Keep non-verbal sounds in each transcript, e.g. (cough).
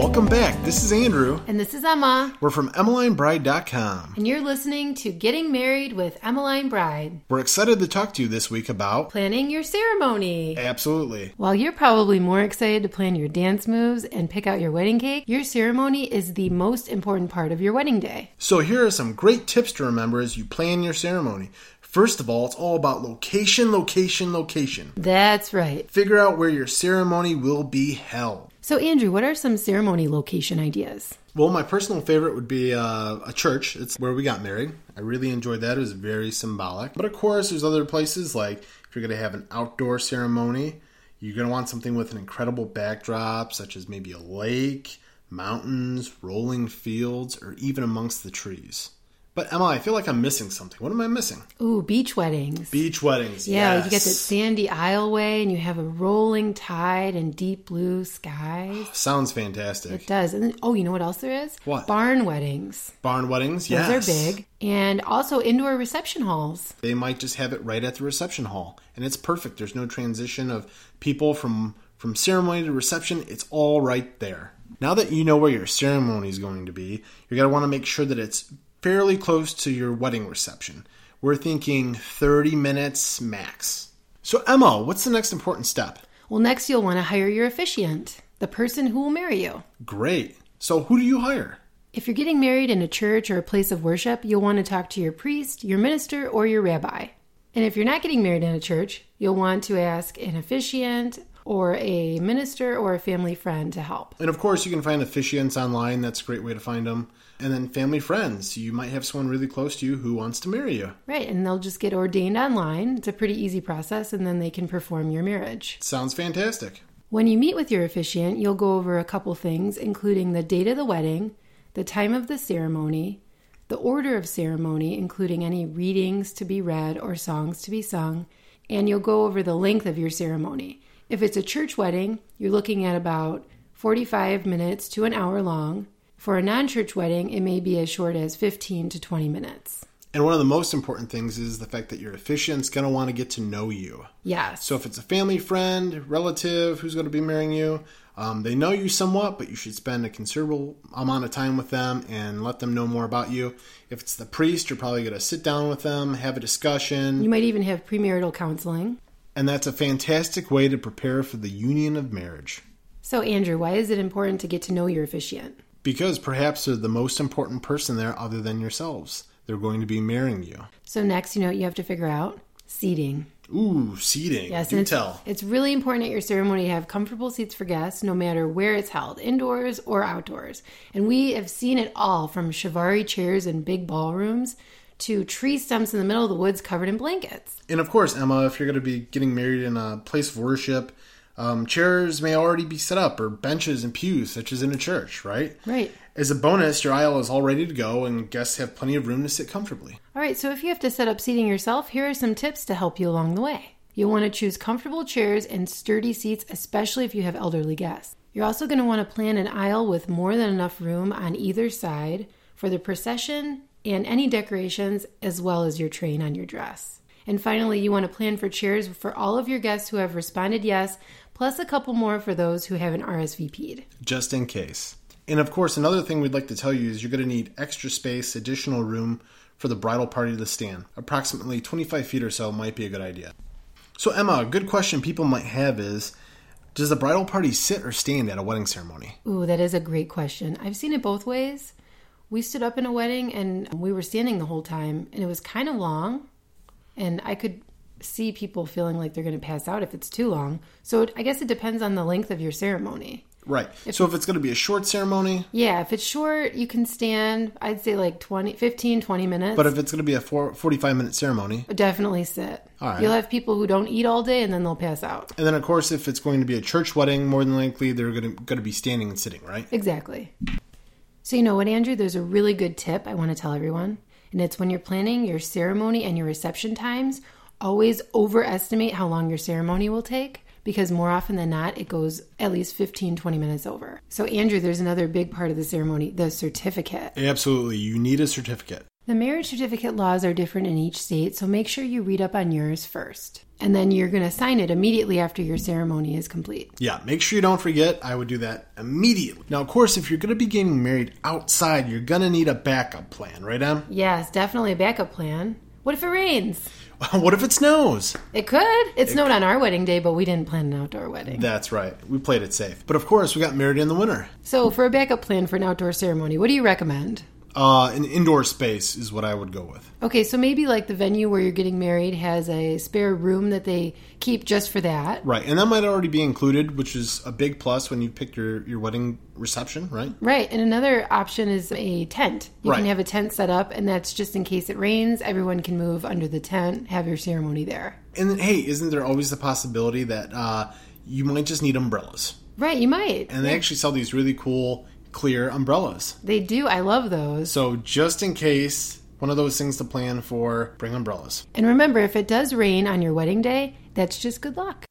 Welcome back. This is Andrew. And this is Emma, We're from EmmelineBride.com. and you're listening to Getting Married with Emmeline Bride We're excited to talk to you this week about. Planning Your Ceremony. Absolutely. While you're probably more excited to plan your dance moves and pick out your wedding cake, your ceremony is the most important part of your wedding day. So, here are some great tips to remember as you plan your ceremony. First of all, it's all about location, location, location. That's right. Figure out where your ceremony will be held. So, Andrew, what are some ceremony location ideas? Well, my personal favorite would be uh, a church. It's where we got married. I really enjoyed that. It was very symbolic. But of course, there's other places like if you're going to have an outdoor ceremony, you're going to want something with an incredible backdrop, such as maybe a lake, mountains, rolling fields, or even amongst the trees. But Emma, I feel like I'm missing something. What am I missing? Ooh, beach weddings. Beach weddings. yeah, you get yes. that sandy aisleway and you have a rolling tide and deep blue skies. Sounds fantastic. It does. And then, oh, you know what else there is? Oh, What? Barn weddings. Barn weddings. Those Yes, are big. And also indoor reception halls. They might just have it right at the reception hall, and it's perfect. There's no transition of people from from ceremony to reception. It's all right there. Now that you know where your ceremony is going to be, you're going to want to make sure that it's fairly close to your wedding reception. We're thinking 30 minutes max. So, Emma, what's the next important step? Well, next you'll want to hire your officiant, the person who will marry you. Great. So, who do you hire? If you're getting married in a church or a place of worship, you'll want to talk to your priest, your minister, or your rabbi. And if you're not getting married in a church, you'll want to ask an officiant or a minister or a family friend to help. And of course, you can find officiants online. That's a great way to find them. And then family friends. You might have someone really close to you who wants to marry you. Right, and they'll just get ordained online. It's a pretty easy process, and then they can perform your marriage. Sounds fantastic. When you meet with your officiant, you'll go over a couple things, including the date of the wedding, the time of the ceremony, the order of ceremony, including any readings to be read or songs to be sung, and you'll go over the length of your ceremony. If it's a church wedding, you're looking at about 45 minutes to an hour long. For a non church wedding, it may be as short as 15 to 20 minutes. And one of the most important things is the fact that your officiant's going to want to get to know you. Yes. So if it's a family friend, relative who's going to be marrying you, um, they know you somewhat, but you should spend a considerable amount of time with them and let them know more about you. If it's the priest, you're probably going to sit down with them, have a discussion, you might even have premarital counseling. and that's a fantastic way to prepare for the union of marriage. So, Andrew, why is it important to get to know your officiant? Because perhaps they're the most important person there other than yourselves. They're going to be marrying you. So next, you know, what you have to figure out seating. Ooh, seating. Yes, Do and it's, tell. It's really important at your ceremony to have comfortable seats for guests, no matter where it's held, indoors or outdoors. And we have seen it all from shivari chairs in big ballrooms to tree stumps in the middle of the woods covered in blankets. And of course, Emma, if you're going to be getting married in a place of worship, um, chairs may already be set up or benches and pews, such as in a church, right? Right. As a bonus, your aisle is all ready to go, and guests have plenty of room to sit comfortably. All right, so if you have to set up seating yourself, here are some tips to help you along the way. You'll want to choose comfortable chairs and sturdy seats, especially if you have elderly guests. You're also going to want to plan an aisle with more than enough room on either side for the procession and any decorations, as well as your train on your dress. And finally, you want to plan for chairs for all of your guests who have responded yes, plus a couple more for those who haven't RSVP'd. just in case. And of course, another thing we'd like to tell you is you're going to need extra space, additional room for the bridal party to stand. Approximately 25 feet or so might be a good idea. So, Emma, a good question people might have is Does the bridal party sit or stand at a wedding ceremony? Ooh, that is a great question. I've seen it both ways. We stood up in a wedding and we were standing the whole time, and it was kind of long. And I could see people feeling like they're going to pass out if it's too long. So it, I guess it depends on the length of your ceremony. Right. so, if it's going to be a short ceremony, Yeah, if it's short, you can stand, I'd say like 20, 15, 20 minutes. but if it's going to be a four, 45 minute ceremony, definitely sit. All right. You'll have people who don't eat all day and then they'll pass out. and then of course, if it's going to be a church wedding, more than likely they're going to, going to be standing and sitting, right? Exactly. So, you know what, Andrew? There's a really good tip I want to tell everyone. And it's when you're planning your ceremony and your reception times, always overestimate how long your ceremony will take because more often than not, it goes at least 15, 20 minutes over. So, Andrew, there's another big part of the ceremony the certificate. Absolutely. You need a certificate. The marriage certificate laws are different in each state, so make sure you read up on yours first. and then you're going to sign it immediately after your ceremony is complete. Yeah, make sure you don't forget. I would do that immediately. Now, of course, if you're going to be getting married outside, you're going to need a backup plan, right, Em? (laughs) Yes, definitely a backup plan. What if it rains? what if it snows? It could. It, snowed on our wedding day, but we didn't plan an outdoor wedding. That's right. We played it safe. But of course, we got married in the winter. So, for a backup plan for an outdoor ceremony, what do you recommend? Uh, an indoor space is what I would go with. Okay, so maybe like the venue where you're getting married has a spare room that they keep just for that. Right, and that might already be included, which is a big plus when you pick your, your wedding reception, right? Right, and another option is a tent. You Right. can have a tent set up, and that's just in case it rains. Everyone can move under the tent, have your ceremony there. And then, hey, isn't there always the possibility that uh, you might just need umbrellas? Right, you might. And they actually sell these really cool clear umbrellas. They do. I love those. So just in case, one of those things to plan for, bring umbrellas. And remember, if it does rain on your wedding day, that's just good luck.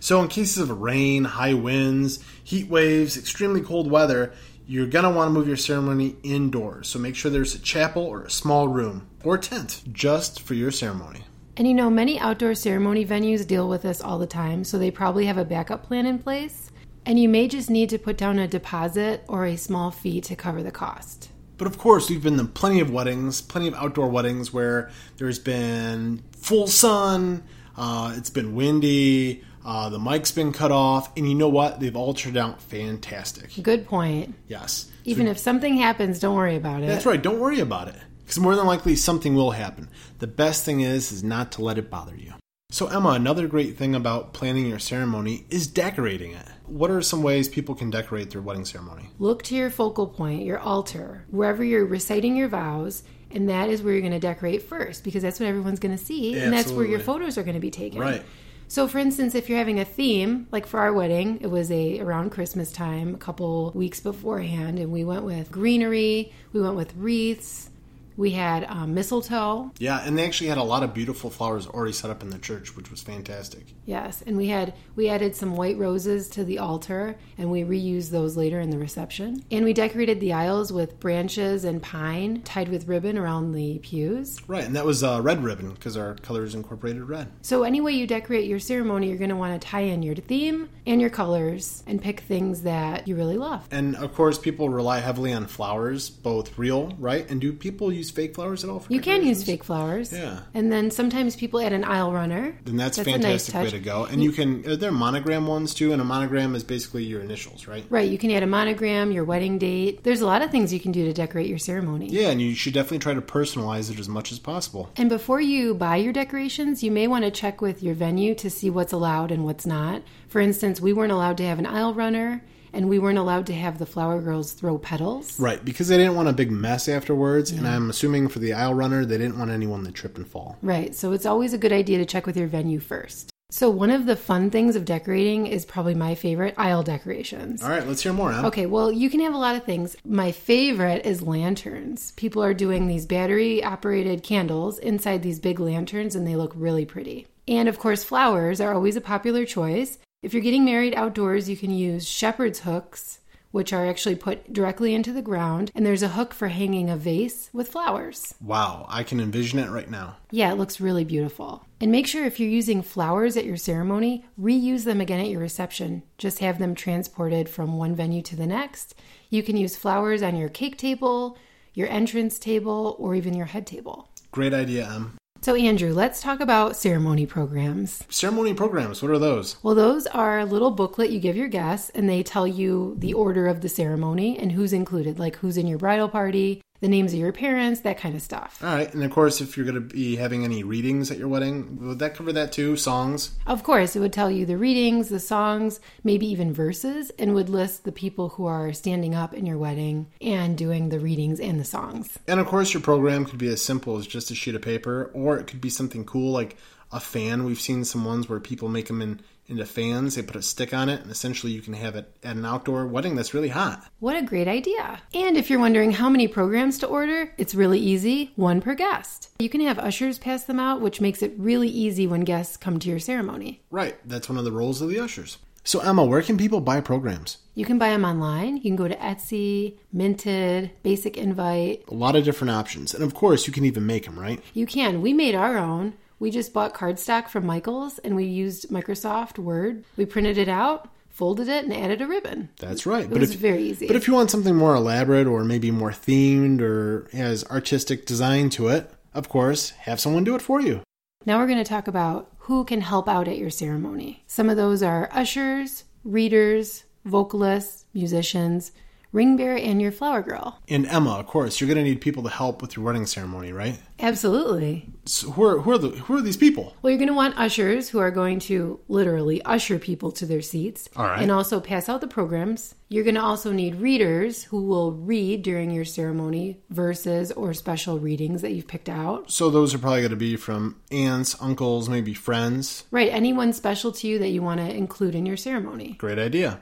So in cases of rain, high winds, heat waves, extremely cold weather, you're gonna want to move your ceremony indoors. So make sure there's a chapel or a small room or tent just for your ceremony. And you know, many outdoor ceremony venues deal with this all the time, so they probably have a backup plan in place. And you may just need to put down a deposit or a small fee to cover the cost. But of course, we've been to plenty of weddings, plenty of outdoor weddings where there's been full sun, uh, it's been windy, uh, the mic's been cut off, and you know what? They've all turned out fantastic. Good point. Yes. Even if something happens, don't worry about it. That's right. Don't worry about it because more than likely something will happen. The best thing is is not to let it bother you. So Emma, another great thing about planning your ceremony is decorating it. What are some ways people can decorate their wedding ceremony? Look to your focal point, your altar, wherever you're reciting your vows, and that is where you're going to decorate first because that's what everyone's going to see, and that's where your Absolutely. photos are going to be taken. Right. So, for instance, if you're having a theme, like for our wedding, it was a around Christmas time, a couple weeks beforehand, and we went with greenery, we went with wreaths, we had um, mistletoe, Yeah, and they actually had a lot of beautiful flowers already set up in the church, which was fantastic. yes, and we had we added some white roses to the altar, and we reused those later in the reception, and we decorated the aisles with branches and pine tied with ribbon around the pews. Right, and that was uh, red ribbon because our colors incorporated red. So, any way you decorate your ceremony, you're going to want to tie in your theme and your colors, and pick things that you really love. And of course, people rely heavily on flowers, both real, right? And do people use fake flowers at all? For You can use decorations? fake flowers. Yeah. And then sometimes people add an aisle runner. Then that's, That's a nice fantastic way touch. to go. And you can are there monogram ones too, and a monogram is basically your initials, right? Right, you can add a monogram, your wedding date. There's a lot of things you can do to decorate your ceremony. Yeah, and you should definitely try to personalize it as much as possible. And before you buy your decorations, you may want to check with your venue to see what's allowed and what's not. For instance, we weren't allowed to have an aisle runner, and we weren't allowed to have the flower girls throw petals. Right, because they didn't want a big mess afterwards, and I'm assuming for the aisle runner, they didn't want anyone to trip and fall. Right, so it's always a good idea to check with your venue first. So, one of the fun things of decorating is probably my favorite aisle decorations. All right, let's hear more. Em. Okay, well, you can have a lot of things. My favorite is lanterns. People are doing these battery operated candles inside these big lanterns, and they look really pretty. And of course, flowers are always a popular choice. If you're getting married outdoors, you can use shepherd's hooks, which are actually put directly into the ground, and there's a hook for hanging a vase with flowers. Wow, I can envision it right now. Yeah, it looks really beautiful. And make sure if you're using flowers at your ceremony, reuse them again at your reception. Just have them transported from one venue to the next. You can use flowers on your cake table, your entrance table, or even your head table. Great idea, Em. So, Andrew, let's talk about ceremony programs. Ceremony programs, what are those? Well, those are a little booklet you give your guests, and they tell you the order of the ceremony and who's included, like who's in your bridal party, the names of your parents, that kind of stuff. All right, and of course, if you're going to be having any readings at your wedding, would that cover that too? Songs? Of course, it would tell you the readings, the songs, maybe even verses, and would list the people who are standing up in your wedding and doing the readings and the songs. And of course, your program could be as simple as just a sheet of paper, or it could be something cool like a fan. We've seen some ones where people make them in, into fans. They put a stick on it, and essentially you can have it at an outdoor wedding that's really hot. What a great idea! And if you're wondering how many programs to order, it's really easy one per guest. You can have ushers pass them out, which makes it really easy when guests come to your ceremony. Right, that's one of the roles of the ushers. So, Emma, where can people buy programs? You can buy them online. You can go to Etsy, Minted, Basic Invite. A lot of different options. And of course, you can even make them, right? You can. We made our own. We just bought cardstock from Michaels and we used Microsoft Word. We printed it out, folded it, and added a ribbon. That's right. It was very easy. But if you want something more elaborate or maybe more themed or has artistic design to it, of course, have someone do it for you. Now we're going to talk about who can help out at your ceremony. Some of those are ushers, readers, vocalists, musicians, ring bearer, and your flower girl. And Emma, of course, you're going to need people to help with your wedding ceremony, right? Absolutely. So who are, who are the who are these people? Well, you're going to want ushers who are going to literally usher people to their seats All right. and also pass out the programs. You're going to also need readers who will read during your ceremony verses or special readings that you've picked out. So those are probably going to be from aunts, uncles, maybe friends. Right, anyone special to you that you want to include in your ceremony. Great idea.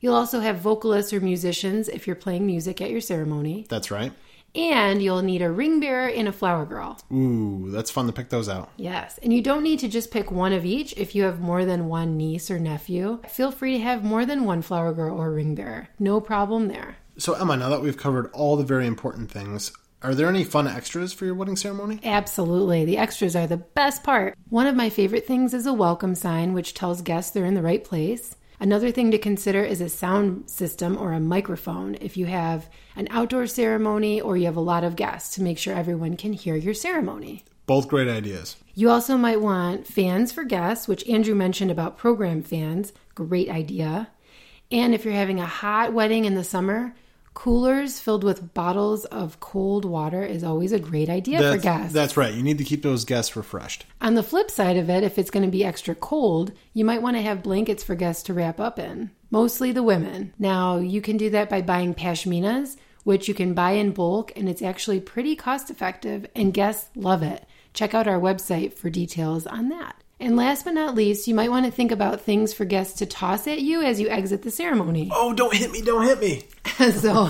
You'll also have vocalists or musicians if you're playing music at your ceremony. That's right. And you'll need a ring bearer and a flower girl. Ooh, that's fun to pick those out. Yes. And you don't need to just pick one of each if you have more than one niece or nephew. Feel free to have more than one flower girl or ring bearer. No problem there. So Emma, now that we've covered all the very important things, are there any fun extras for your wedding ceremony? Absolutely. The extras are the best part. One of my favorite things is a welcome sign, which tells guests they're in the right place. Another thing to consider is a sound system or a microphone if you have an outdoor ceremony or you have a lot of guests to make sure everyone can hear your ceremony. Both great ideas. You also might want fans for guests, which Andrew mentioned about program fans. Great idea. And if you're having a hot wedding in the summer, coolers filled with bottles of cold water is always a great idea for That's, guests. that's right. You need to keep those guests refreshed. On the flip side of it, if it's going to be extra cold, you might want to have blankets for guests to wrap up in, mostly the women. Now, you can do that by buying pashminas, which you can buy in bulk, and it's actually pretty cost effective, and guests love it. Check out our website for details on that. And last but not least, you might want to think about things for guests to toss at you as you exit the ceremony. (laughs) Oh, don't hit me! Don't hit me! so,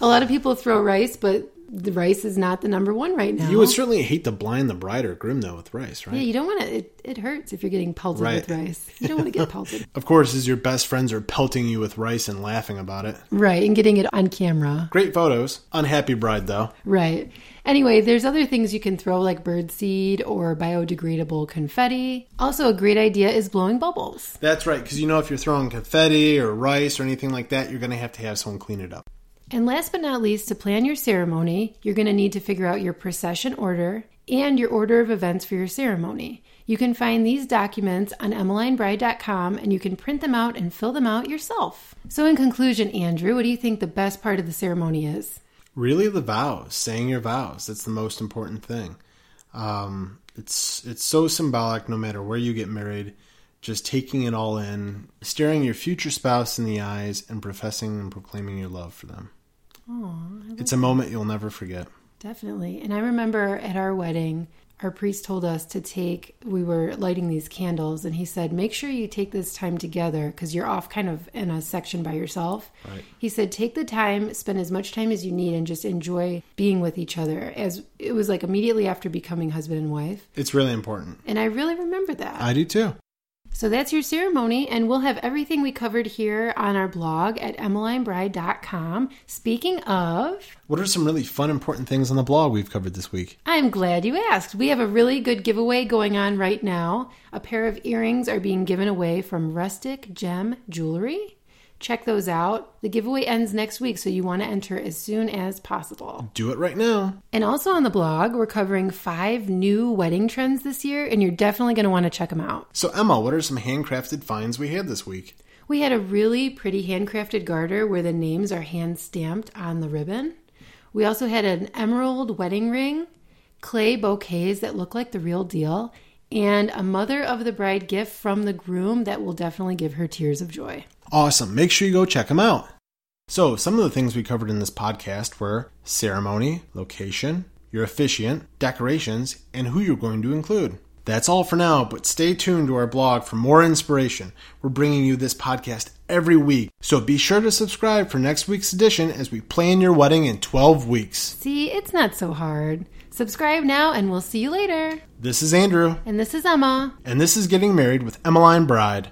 a lot of people throw rice, but the rice is not the number one right now. You would certainly hate to blind the bride or groom though with rice, right? Uh-huh. Yeah, you don't want to. It, it hurts if you're getting pelted with Right. rice. You don't want to get pelted. (laughs) Of course, as your best friends are pelting you with rice and laughing about it. Right, and getting it on camera. Great photos. Unhappy bride though. Right. Anyway, there's other things you can throw like birdseed or biodegradable confetti. Also, a great idea is blowing bubbles. That's right, because you know if you're throwing confetti or rice or anything like that, you're going to have to have someone clean it up. And last but not least, to plan your ceremony, you're going to need to figure out your procession order and your order of events for your ceremony. You can find these documents on emmelinebride.com and you can print them out and fill them out yourself. So, in conclusion, Andrew, what do you think the best part of the ceremony is? Really, the vows, saying your vows, that's the most important thing. Um, it's it's so symbolic. No matter where you get married, just taking it all in, staring your future spouse in the eyes, and professing and proclaiming your love for them. it's a moment you'll never forget. Definitely. And I remember at our wedding, our priest told us to take, we were lighting these candles, and he said, make sure you take this time together because you're off kind of in a section by yourself. Right. He said, take the time, spend as much time as you need, and just enjoy being with each other. As it was like immediately after becoming husband and wife. It's really important. And I really remember that. I do too. So that's your ceremony, and we'll have everything we covered here on our blog at emmelinebride.com. Speaking of, What are some really fun, important things on the blog we've covered this week? I'm glad you asked. We have a really good giveaway going on right now. A pair of earrings are being given away from Rustic Gem Jewelry. Check those out. The giveaway ends next week, so you want to enter as soon as possible. Do it right now. And also on the blog, we're covering five new wedding trends this year, and you're definitely going to want to check them out. So, Emma, what are some handcrafted finds we had this week? We had a really pretty handcrafted garter where the names are hand stamped on the ribbon. We also had an emerald wedding ring, clay bouquets that look like the real deal, and a mother of the bride gift from the groom that will definitely give her tears of joy. Awesome. Make sure you go check them out. So, some of the things we covered in this podcast were ceremony, location, your officiant, decorations, and who you're going to include. That's all for now, but stay tuned to our blog for more inspiration. We're bringing you this podcast every week, so be sure to subscribe for next week's edition as we plan your wedding in 12 weeks. See, it's not so hard. Subscribe now, and we'll see you later. This is Andrew, And this is Emma. and this is Getting Married with Emmeline Bride.